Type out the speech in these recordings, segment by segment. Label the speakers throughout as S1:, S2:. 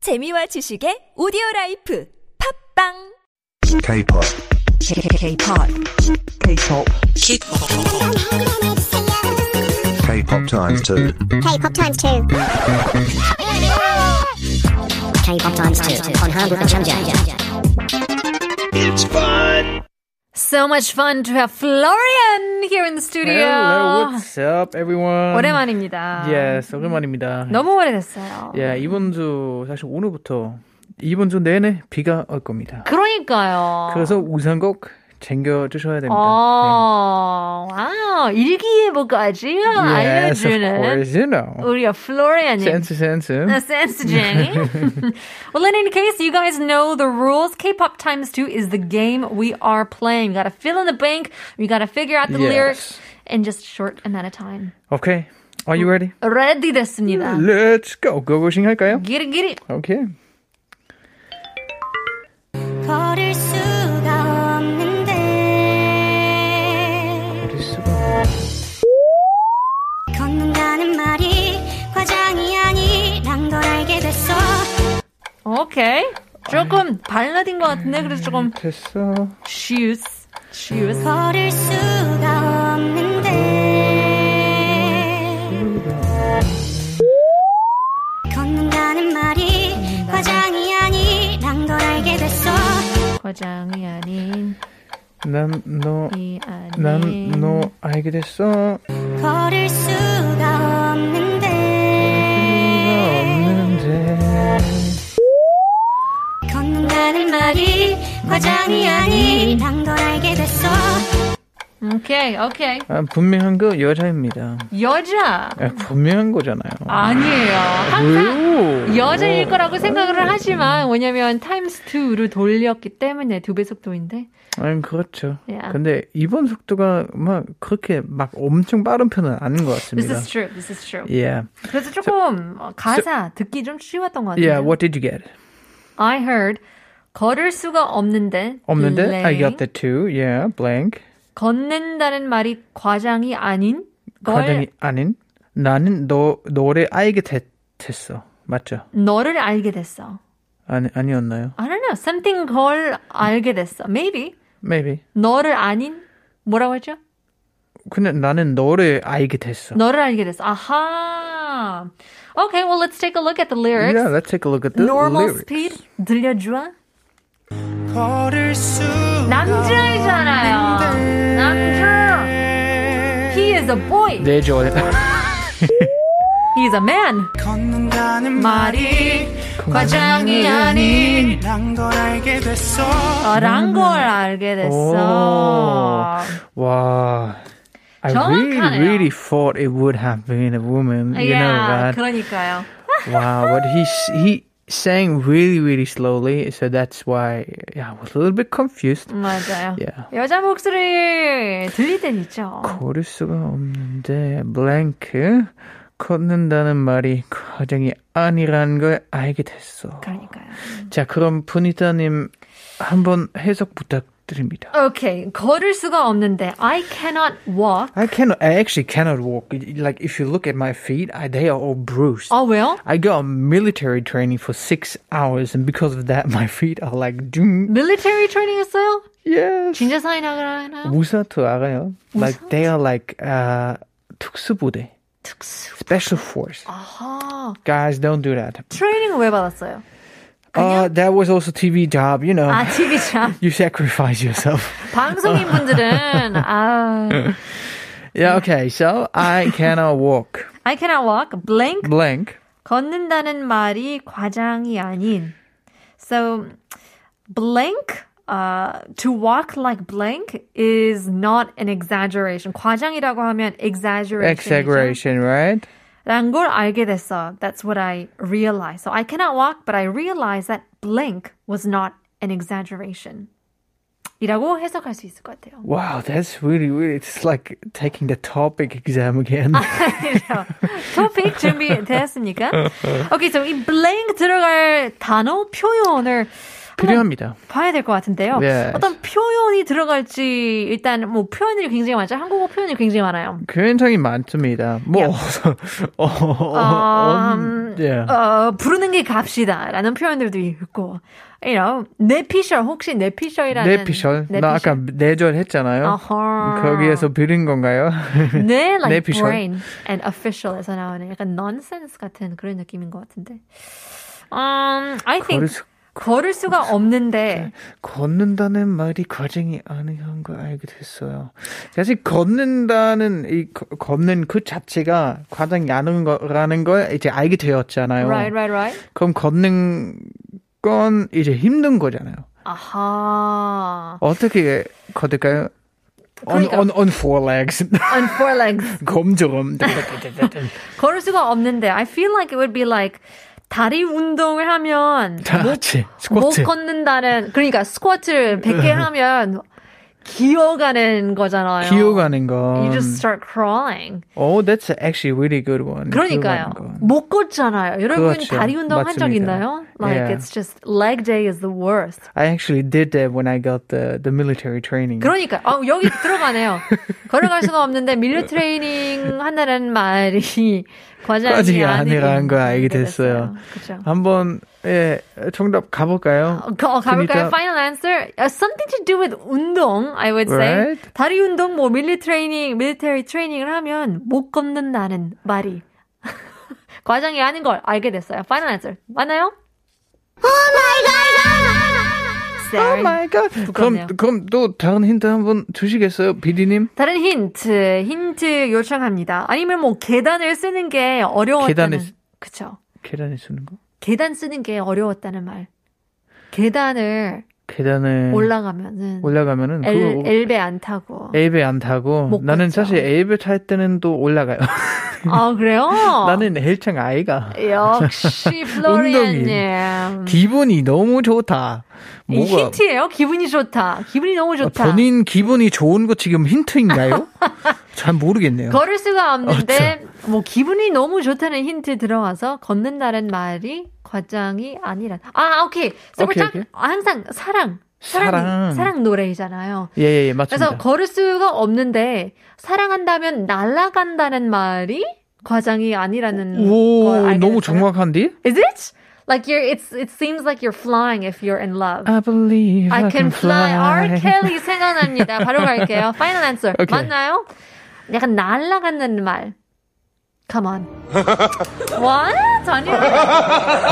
S1: 재미와 지식의 오디오 라이프 팝빵
S2: K-pop.
S3: K-pop. K-pop.
S2: K-pop times two.
S4: K-pop times two. K-pop times two on Hamburger Changer.
S5: So much fun to have Florian here in the studio.
S6: Hello, what's up, everyone?
S5: 오랜만입니다.
S6: Yes, 오랜만입니다.
S5: 너무 오래됐어요.
S6: 예, 이번 주 사실 오늘부터 이번 주 내내 비가 올 겁니다.
S5: 그러니까요.
S6: 그래서 우산 꼭 챙겨 주셔야 됩니다.
S5: 어, 와우. 일기예보까지
S6: Yes, of
S5: 알려주는
S6: course, you know.
S5: 우리가 플로리안님.
S6: 센스, 센스.
S5: Uh, Sense Jenny. well, in any case, you guys know the rules. K-pop times two is the game we are playing. You gotta fill in the blank. You gotta figure out the
S6: Yes.
S5: 그 lyrics in just short amount of time.
S6: Okay, are you ready?
S5: Ready 됐습니다.
S6: Let's go. 고고싱 할까요?
S5: Get it, get it.
S6: Okay.
S4: 걸을 수가 없는데
S6: 어디 있어?
S4: 걷는다는 말이 과장이 아니란 걸 알게 됐어.
S5: 오케이. 조금 발라드인 것 같은데 그래서 조금
S6: 됐어.
S5: shoes, shoes.
S4: 걸을 수가 없는데 걷는다는 말이 과장이 아니란 걸 알게 됐어.
S5: 과장이 아닌
S6: 난너난
S5: 이 아닌.
S6: 너 알게 됐어.
S4: 걸을 수가 없는데
S6: 없는데.
S4: 걷는다는 말이 과장이 아니란 걸 알게 됐어
S5: 오케이, 오케이.
S6: 아, 분명한 거 여자입니다.
S5: 여자
S6: 아, 분명한 거잖아요.
S5: 아니에요. 항상
S6: 왜요?
S5: 여자일 거라고 생각을 하지만 왜냐면 times 2로 돌렸기 때문에 두 배 속도인데.
S6: 아니 그렇죠.
S5: 야.
S6: 근데 이번 속도가 막 그렇게 막 엄청 빠른 편은 아닌 것
S5: This
S6: 같습니다. 예.
S5: is true. This is true.
S6: Yeah.
S5: 그래서 조금 어, 가사 듣기 좀 쉬웠던 것 같아요.
S6: Yeah. What did you get?
S5: I heard 걸을 수가 없는데
S6: 없는데 I
S5: blank.
S6: got the two. Yeah. Blank.
S5: 걷는다는 말이 과장이 아닌 걸
S6: 과정이 아닌. 나는 너 너를 알게 됐, 됐어. 맞죠?
S5: 너를 알게 됐어.
S6: 아니 아니었나요?
S5: I don't know. Something 걸 알게 됐어. Maybe.
S6: Maybe.
S5: 너를 아닌 뭐라고 했죠?
S6: 근데 나는 너를 알게 됐어.
S5: 너를 알게 됐어. 아하. Okay, well let's take a look at the lyrics.
S6: Yeah. Let's take a look at the
S5: Normal
S6: lyrics.
S5: speed 들려줘. 남자이잖아요. 남자. He is a boy.
S6: 네 절.
S5: He is a man.
S7: 걷는다는
S5: 말이 과장이 아닌
S7: 말이란 걸 알게 됐어
S5: 란걸 알게 됐어.
S6: 오. 와. I really,
S5: 정확하네요.
S6: really thought it would have been a woman. You
S5: yeah,
S6: know that.
S5: 그러니까요.
S6: Wow, but he s- he sang really, really slowly, so that's why yeah, I was a little bit confused.
S5: 맞아요.
S6: Yeah.
S5: 여자 목소리 들릴 땐 있죠.
S6: 걸을 수가 없는데 blank 걷는다는 말이 과정이 아니라는 걸 알게 됐어.
S5: 그러니까요.
S6: 자, 그럼 분이타님 한번 해석 부탁드립니다.
S5: Okay, 걸을 수가 없는데 I cannot walk.
S6: I cannot. I actually cannot walk. Like if you look at my feet, I, they are all bruised.
S5: 아 왜요?
S6: I got military training for six hours, and because of that, my feet are like doom.
S5: Military training 했어요?
S6: Yes.
S5: 진짜 사인학을 하나요?
S6: 무사토 알아요? Like they are like uh, 특수부대,
S5: 특수.
S6: special force.
S5: 아하.
S6: Guys, don't do that.
S5: 트레이닝 왜 받았어요?
S6: Uh, that was also TV job. You know,
S5: 아 TV 참.
S6: you sacrifice yourself.
S5: 방송인 분들은 아
S6: yeah. Okay. So I cannot walk.
S5: I cannot walk. Blank
S6: Blank.
S5: 걷는다는 말이 과장이 아닌. So blank uh, to walk like blank is not an exaggeration. 과장이라고 하면 exaggeration.
S6: Exaggeration, right?
S5: 란걸 알게 됐어. That's what I realized. So I cannot walk, but I realized that blank was not an exaggeration. 이라고 해석할 수 있을 것 같아요.
S6: Wow, that's really, really. It's like taking the topic exam again.
S5: 토픽 준비되었습니까? 오케이, okay, so 이 blank 들어갈 단어 표현을
S6: 필요합니다.
S5: 봐야 될 것 같은데요.
S6: Yes.
S5: 어떤 표현이 들어갈지 일단 뭐 표현이 굉장히 많죠. 한국어 표현이 굉장히 많아요.
S6: 굉장히 많습니다. 뭐 어, 어,
S5: 음,
S6: 예.
S5: 어, 부르는 게 값이다라는 표현들도 있고, you know, 내피셜 혹시 내피셜이라는
S6: 내피셜 나 아까 내절 했잖아요.
S5: 아하.
S6: 어? 거기에서 빌린 건가요?
S5: 네, like
S6: 내피셜.
S5: brain and official에서 나오는 약간 nonsense 같은 그런 느낌인 것 같은데. 음, I
S6: 걸을
S5: think
S6: 수- 네.
S5: 걸을 수가 없는데
S6: 걷는다는 말이 과정이 아니한 걸 알게 됐어요. 사실 걷는다는 이 거- 걷는 그 자체가 과정이 아닌 거라는 걸 이제 알게 되었잖아요.
S5: right, right, right.
S6: 그럼 걷는 건 이제 힘든 거잖아요.
S5: 아하.
S6: 어떻게 걷을까요?
S5: 그러니까.
S6: On, on, on four legs.
S5: On four legs.
S6: 검정음.
S5: 걸을 수가 없는데 I feel like it would be like 다리 운동을 하면
S6: 다 같이
S5: 못
S6: 스쿼트.
S5: 걷는다는 그러니까 스쿼트를 100개 하면 기어가는 거잖아요.
S6: 기어가는 건.
S5: You just start crawling.
S6: Oh, that's actually a really good one.
S5: 그러니까요.
S6: 기어가는 건.
S5: 못 걷잖아요. 여러분
S6: 그렇죠.
S5: 다리 운동 한 적
S6: 맞습니다. 예.
S5: 있나요? Like
S6: Yeah.
S5: it's just leg day is the worst.
S6: I actually did that when I got the, the military training.
S5: 그러니까 아, 여기 들어가네요. 걸어갈 수는 없는데 밀리 트레이닝 한다는 말이 과장이
S6: 과정이 아니라는 걸 알게 됐어요.
S5: 그렇죠.
S6: 한번 예, 정답 가볼까요?
S5: 어, 가- 어, 가볼까요?
S6: 그러니까-
S5: Final answer. Uh, something to do with 운동, I would say.
S6: Right.
S5: 다리 운동, 뭐, 밀리 트레이닝, 밀리터리 트레이닝을 하면 못 걷는다는 말이. 과장이 아닌 걸 알게 됐어요. Final answer. 맞나요?
S6: Oh
S5: Sorry.
S6: my god.
S5: 부끄럽네요.
S6: 그럼 그럼 또 다른 힌트 한번 주시겠어요, 비디님?
S5: 다른 힌트, 힌트 요청합니다. 아니면 뭐, 계단을 쓰는 게 어려웠다는.
S6: 계단을 쓰-
S5: 그쵸.
S6: 계단에 쓰는 거?
S5: 계단 쓰는 게 어려웠다는 말. 계단을
S6: 계단에
S5: 올라가면은.
S6: 올라가면은
S5: 엘,
S6: 음. 뭐, 그거
S5: 엘베 안 타고.
S6: 엘베 안 타고
S5: 못
S6: 나는
S5: 갔죠.
S6: 사실 엘베 탈 때는 또 올라가요.
S5: 아, 그래요?
S6: 나는 헬창 아이가
S5: 역시 플로리안님.
S6: 기분이 너무 좋다.
S5: 음. 이
S6: 뭐가 아,
S5: 힌트예요? 기분이 좋다. 기분이 너무 좋다.
S6: 본인 기분이 좋은 거 지금 힌트인가요? 잘 모르겠네요.
S5: 걸을
S6: 아,
S5: 수가 없는데 뭐 기분이 너무 좋다는 힌트 들어와서 걷는다는 말이 과장이 아니라. 아 오케이. So
S6: 오케이,
S5: we're talk-
S6: 오케이.
S5: 항상 사랑. 사랑,
S6: 사랑.
S5: 사랑 노래이잖아요.
S6: 예예예 맞습니다.
S5: 그래서 걸을 수가 없는데 사랑한다면 날아간다는 말이 과장이 아니라는 걸
S6: 오
S5: 알게 됐어요.
S6: 너무 정확한데?
S5: Is it? Like you're it's it seems like you're flying if you're in love.
S6: I believe
S5: I can fly. R. Kelly 생각납니다. 바로 갈게요. Final answer.
S6: Okay.
S5: 맞나요? 약간 날아가는 말. Come on. What? 아니요.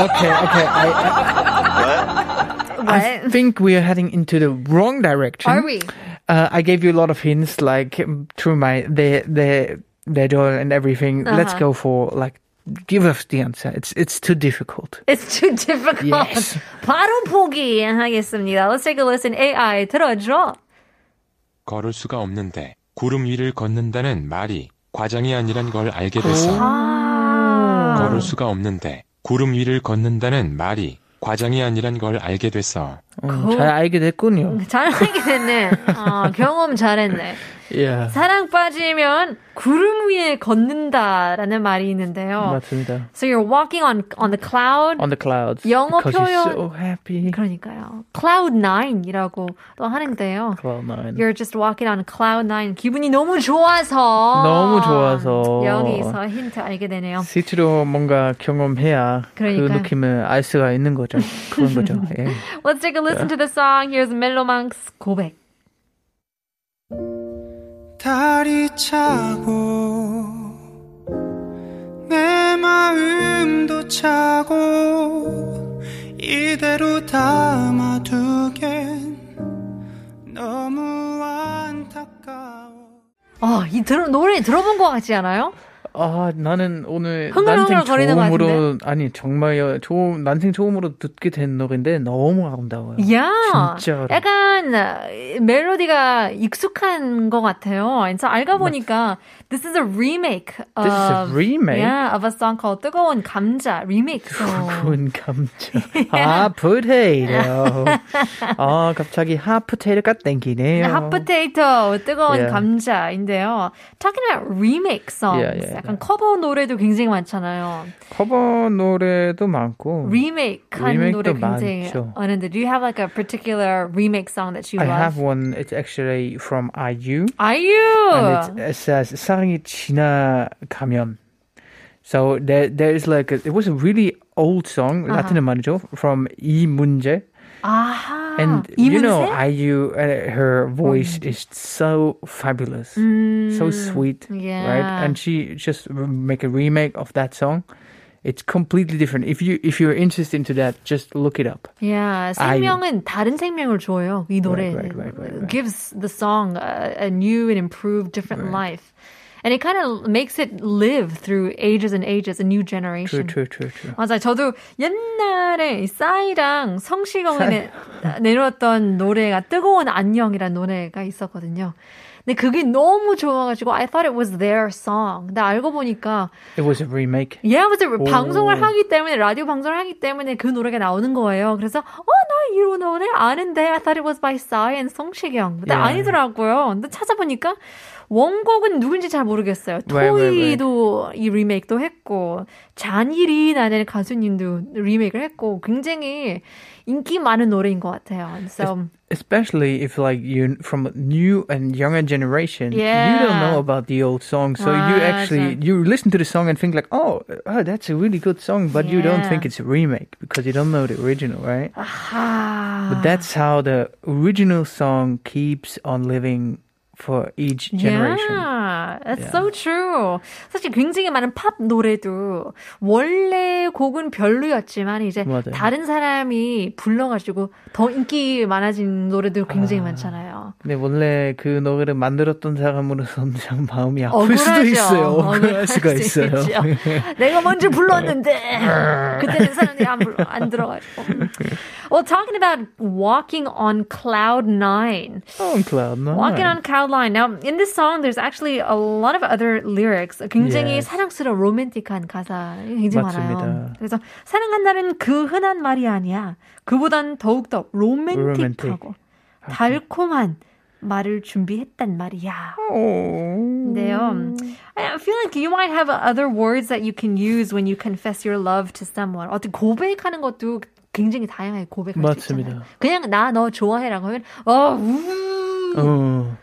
S6: Okay, okay. I, I
S5: What?
S6: think we are heading into the wrong direction.
S5: Are we?
S6: Uh, I gave you a lot of hints, like um, through my the the the door and everything. Let's
S5: Uh-huh.
S6: go for like give us the answer. It's it's too difficult.
S5: It's too difficult.
S6: Yes.
S5: 바로 포기하겠습니다. Let's take a listen. AI 들어줘.
S8: 걸을 수가 없는데 구름 위를 걷는다는 말이 과장이 아니란 걸 알게 돼서
S5: 아.
S8: 걸을 수가 없는데 구름 위를 걷는다는 말이 과장이 아니란 걸 알게 돼서
S6: 음, 잘 알게 됐군요.
S5: 잘 하게 됐네. 어, 경험 잘했네.
S6: Yeah.
S5: 사랑 빠지면 구름 위에 걷는다라는 말이 있는데요.
S6: 맞습니다.
S5: So you're walking on on the cloud.
S6: On the clouds.
S5: 영어
S6: because
S5: 표현-
S6: he's so happy.
S5: 그러니까요. Cloud 9이라고 또 하는데요.
S6: Cloud nine.
S5: You're just walking on cloud 9. 기분이 너무 좋아서.
S6: 너무 좋아서.
S5: 여기서 힌트 알게 되네요.
S6: 실제로 뭔가 경험해야 그
S5: 그러니까요.
S6: 느낌을 알 수가 있는 거죠. 그런 거죠. 예.
S5: Let's take a listen to the song. Here's Melomanx 고백.
S7: 다리 차고 내 마음도 차고 이대로 담아두겐 너무 안타까워
S5: 아, 이 들, 노래 들어본 것 같지 않아요?
S6: 아 나는 오늘
S5: 흥얼흥얼
S6: 난생
S5: 거리는 것
S6: 처음으로 아니 정말 좋은 난생 처음으로 듣게 된 노래인데 너무 아름다워요.
S5: 야,
S6: 진짜로.
S5: 약간 어, 멜로디가 익숙한 것 같아요. 그래서 알고 보니까 this is a remake. Of,
S6: This is a remake?
S5: Yeah, of a song called 뜨거운 감자 remake. song.
S6: 군 감자 아, 핫포테이토 아 갑자기 핫포테이토가 땡기네요
S5: 핫 포테이토 뜨거운
S6: Yeah.
S5: 감자인데요. Talking about remake songs,
S6: Yeah, yeah.
S5: 약간 커버 노래도 굉장히 많잖아요.
S6: 커버 노래도 많고.
S5: 리메이크한
S6: 리메이크도
S5: 노래 굉장히
S6: 많죠.
S5: 많은데 Do you have like a particular remake song that you
S6: I have
S5: love?
S6: one. It's actually from IU. And uh,
S5: 아유!
S6: it, it says 사랑이 지나가면. So there, there is like a, it was a really old song, Latin Manjo from 이 문제.
S5: 아하!
S6: And you know,
S5: 이문세?
S6: IU, uh, her voice is so fabulous, so sweet,
S5: yeah.
S6: right? And she just r- make a remake of that song. It's completely different. If you if you're interested into that, just look it up.
S5: Yeah,
S6: 아유.
S5: 생명은 다른 생명을 줘요. 이 노래
S6: Right, right, right, right, right.
S5: gives the song a, a new and improved, different life, and it kind of makes it live through ages and ages, a new
S6: True,
S5: generation.
S6: true, true, true.
S5: 맞아요. 저도 옛날에 이 싸이랑 성시경이 내놓았던 노래가 뜨거운 안녕이라는 노래가 있었거든요. 근데 그게 너무 좋아가지고 I thought it was their song. 근데 알고 보니까
S6: It was a remake.
S5: yeah, but 예, 방송을 하기 때문에 라디오 방송을 하기 때문에 그 노래가 나오는 거예요. 그래서 어나 이런 노래 아는데 I thought it was by 싸이 and 성시경. 근데
S6: Yeah.
S5: 아니더라고요. 근데 찾아보니까 원곡은 누군지 잘 모르겠어요.
S6: Right, right, right.
S5: 토이도 이 리메이크도 했고 잔일이라는 가수님도 리메이크를 했고 굉장히 인기 많은 노래인 것 같아요. 그래서
S6: Especially if like you from a new and younger generation, you don't
S5: Yeah.
S6: know about the old song, so you
S5: Ah,
S6: actually
S5: so-
S6: you listen to the song and think like, oh, oh that's a really good song, but you don't
S5: Yeah.
S6: think it's a remake because you don't know the original, right?
S5: 아,
S6: But that's how the original song keeps on living for each generation.
S5: Yeah, that's so true. 사실 굉장히 많은 팝 노래도 원래 곡은 별로였지만 이제
S6: 맞아요.
S5: 다른 사람이 불러가지고 더 인기 많아진 노래도 굉장히 많잖아요.
S6: 근데 원래 그 노래를 만들었던 사람으로서는 참 마음이 아플 수도
S5: 억울하죠.
S6: 있어요.
S5: 억울할
S6: 억울할 수가
S5: 수
S6: 있어요.
S5: 있죠. 내가 먼저 불렀는데 그때는 사람들이 안, 불러, 안 들어가지고. Well, talking about walking on cloud nine.
S6: On cloud nine.
S5: Walking on Cloud Nine. Now, in this song, there's actually a lot of other lyrics. 굉장히
S6: Yes.
S5: 사랑스러운 로맨틱한 가사 굉장히
S6: 맞습니다.
S5: 많아요. 그래서 사랑한다는 그 흔한 말이 아니야. 그보단 더욱더 로맨틱하고 달콤한 말을 준비했단 말이야. 근데요, I feel like you might have other words that you can use when you confess your love to someone. 어떤 고백하는 것도 굉장히 다양하게 고백할 수
S6: 맞습니다.
S5: 있잖아요. 그냥 나 너 좋아해라고 하면 어, 우,
S6: 어.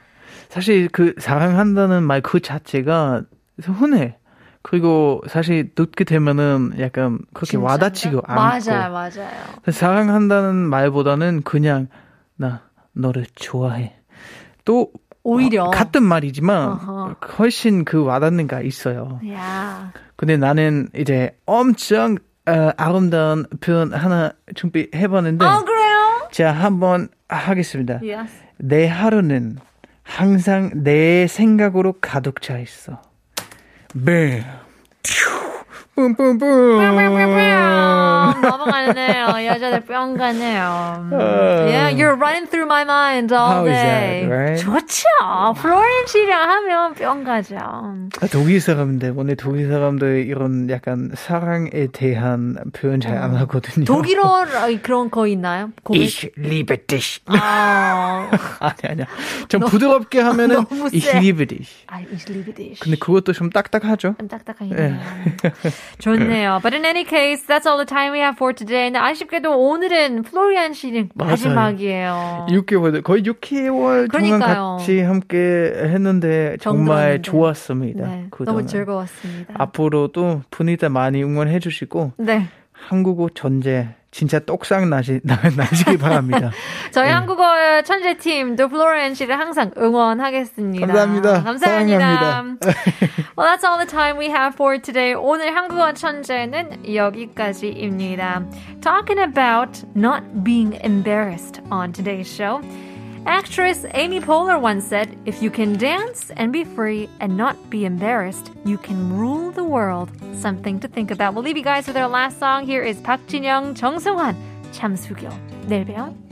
S6: 사실 그 사랑한다는 말 그 자체가 흔해. 그리고 사실 듣게 되면은 약간 그렇게
S5: 진짜인가?
S6: 와닿지가 않고.
S5: 맞아요, 맞아요.
S6: 사랑한다는 말보다는 그냥 나 너를 좋아해. 또
S5: 오히려.
S6: 어, 같은 말이지만
S5: 어허.
S6: 훨씬 그 와닿는 게 있어요.
S5: 야,
S6: 근데 나는 이제 엄청 어, 아름다운 표현 하나 준비해봤는데
S5: 아 그래요?
S6: 자 한번 하겠습니다.
S5: Yes.
S6: 내 하루는 항상 내 생각으로 가득 차 있어. 뱀. 뿜뿜뿜.
S5: 뿅 넘어가네요. 여자들 뿅 가네요. yeah, you're running through my mind all
S6: 음. How is
S5: day.
S6: that, right?
S5: 좋죠. 플로렌시랑 하면 뿅 가죠.
S6: 아, 독일 사람인데 원래 독일 사람들 이런 약간 사랑에 대한 표현 잘 안 하거든요.
S5: 어. 독일어 그런 거 있나요? 고백?
S6: Ich liebe dich.
S5: 아,
S6: 아니 아니야. 좀 부드럽게 하면은
S5: 너무 세.
S6: ich liebe dich.
S5: 아, ich liebe dich.
S6: 근데 그것도 예. 좀 딱딱하죠.
S5: 좀 딱딱하긴 해요. 좋네요. But in any case, that's all the time we have for today. 근데 아쉽게도 오늘은 플로리안 씨는
S6: 맞아요.
S5: 마지막이에요.
S6: 6개월 거의
S5: 어.
S6: 6개월 동안
S5: 그러니까요.
S6: 같이 함께 했는데
S5: 정들었는데.
S6: 정말 좋았습니다.
S5: 네,
S6: 그동안.
S5: 너무 즐거웠습니다.
S6: 앞으로도 분이다 많이 응원해 주시고
S5: 네.
S6: 한국어 전제 진짜 똑상 나시 나, 나시기 바랍니다.
S5: 저희 한국어 천재 팀도 플로렌 씨를 항상 응원하겠습니다.
S6: 감사합니다.
S5: 감사합니다.
S6: 사랑합니다.
S5: well, that's all the time we have for today. 오늘 한국어 천재는 여기까지입니다. Talking about not being embarrassed on today's show. Actress Amy Poehler once said, If you can dance and be free and not be embarrassed, you can rule the world. Something to think about. We'll leave you guys with our last song. Here is 박진영, 정승환, 참수교. 내일 봬요.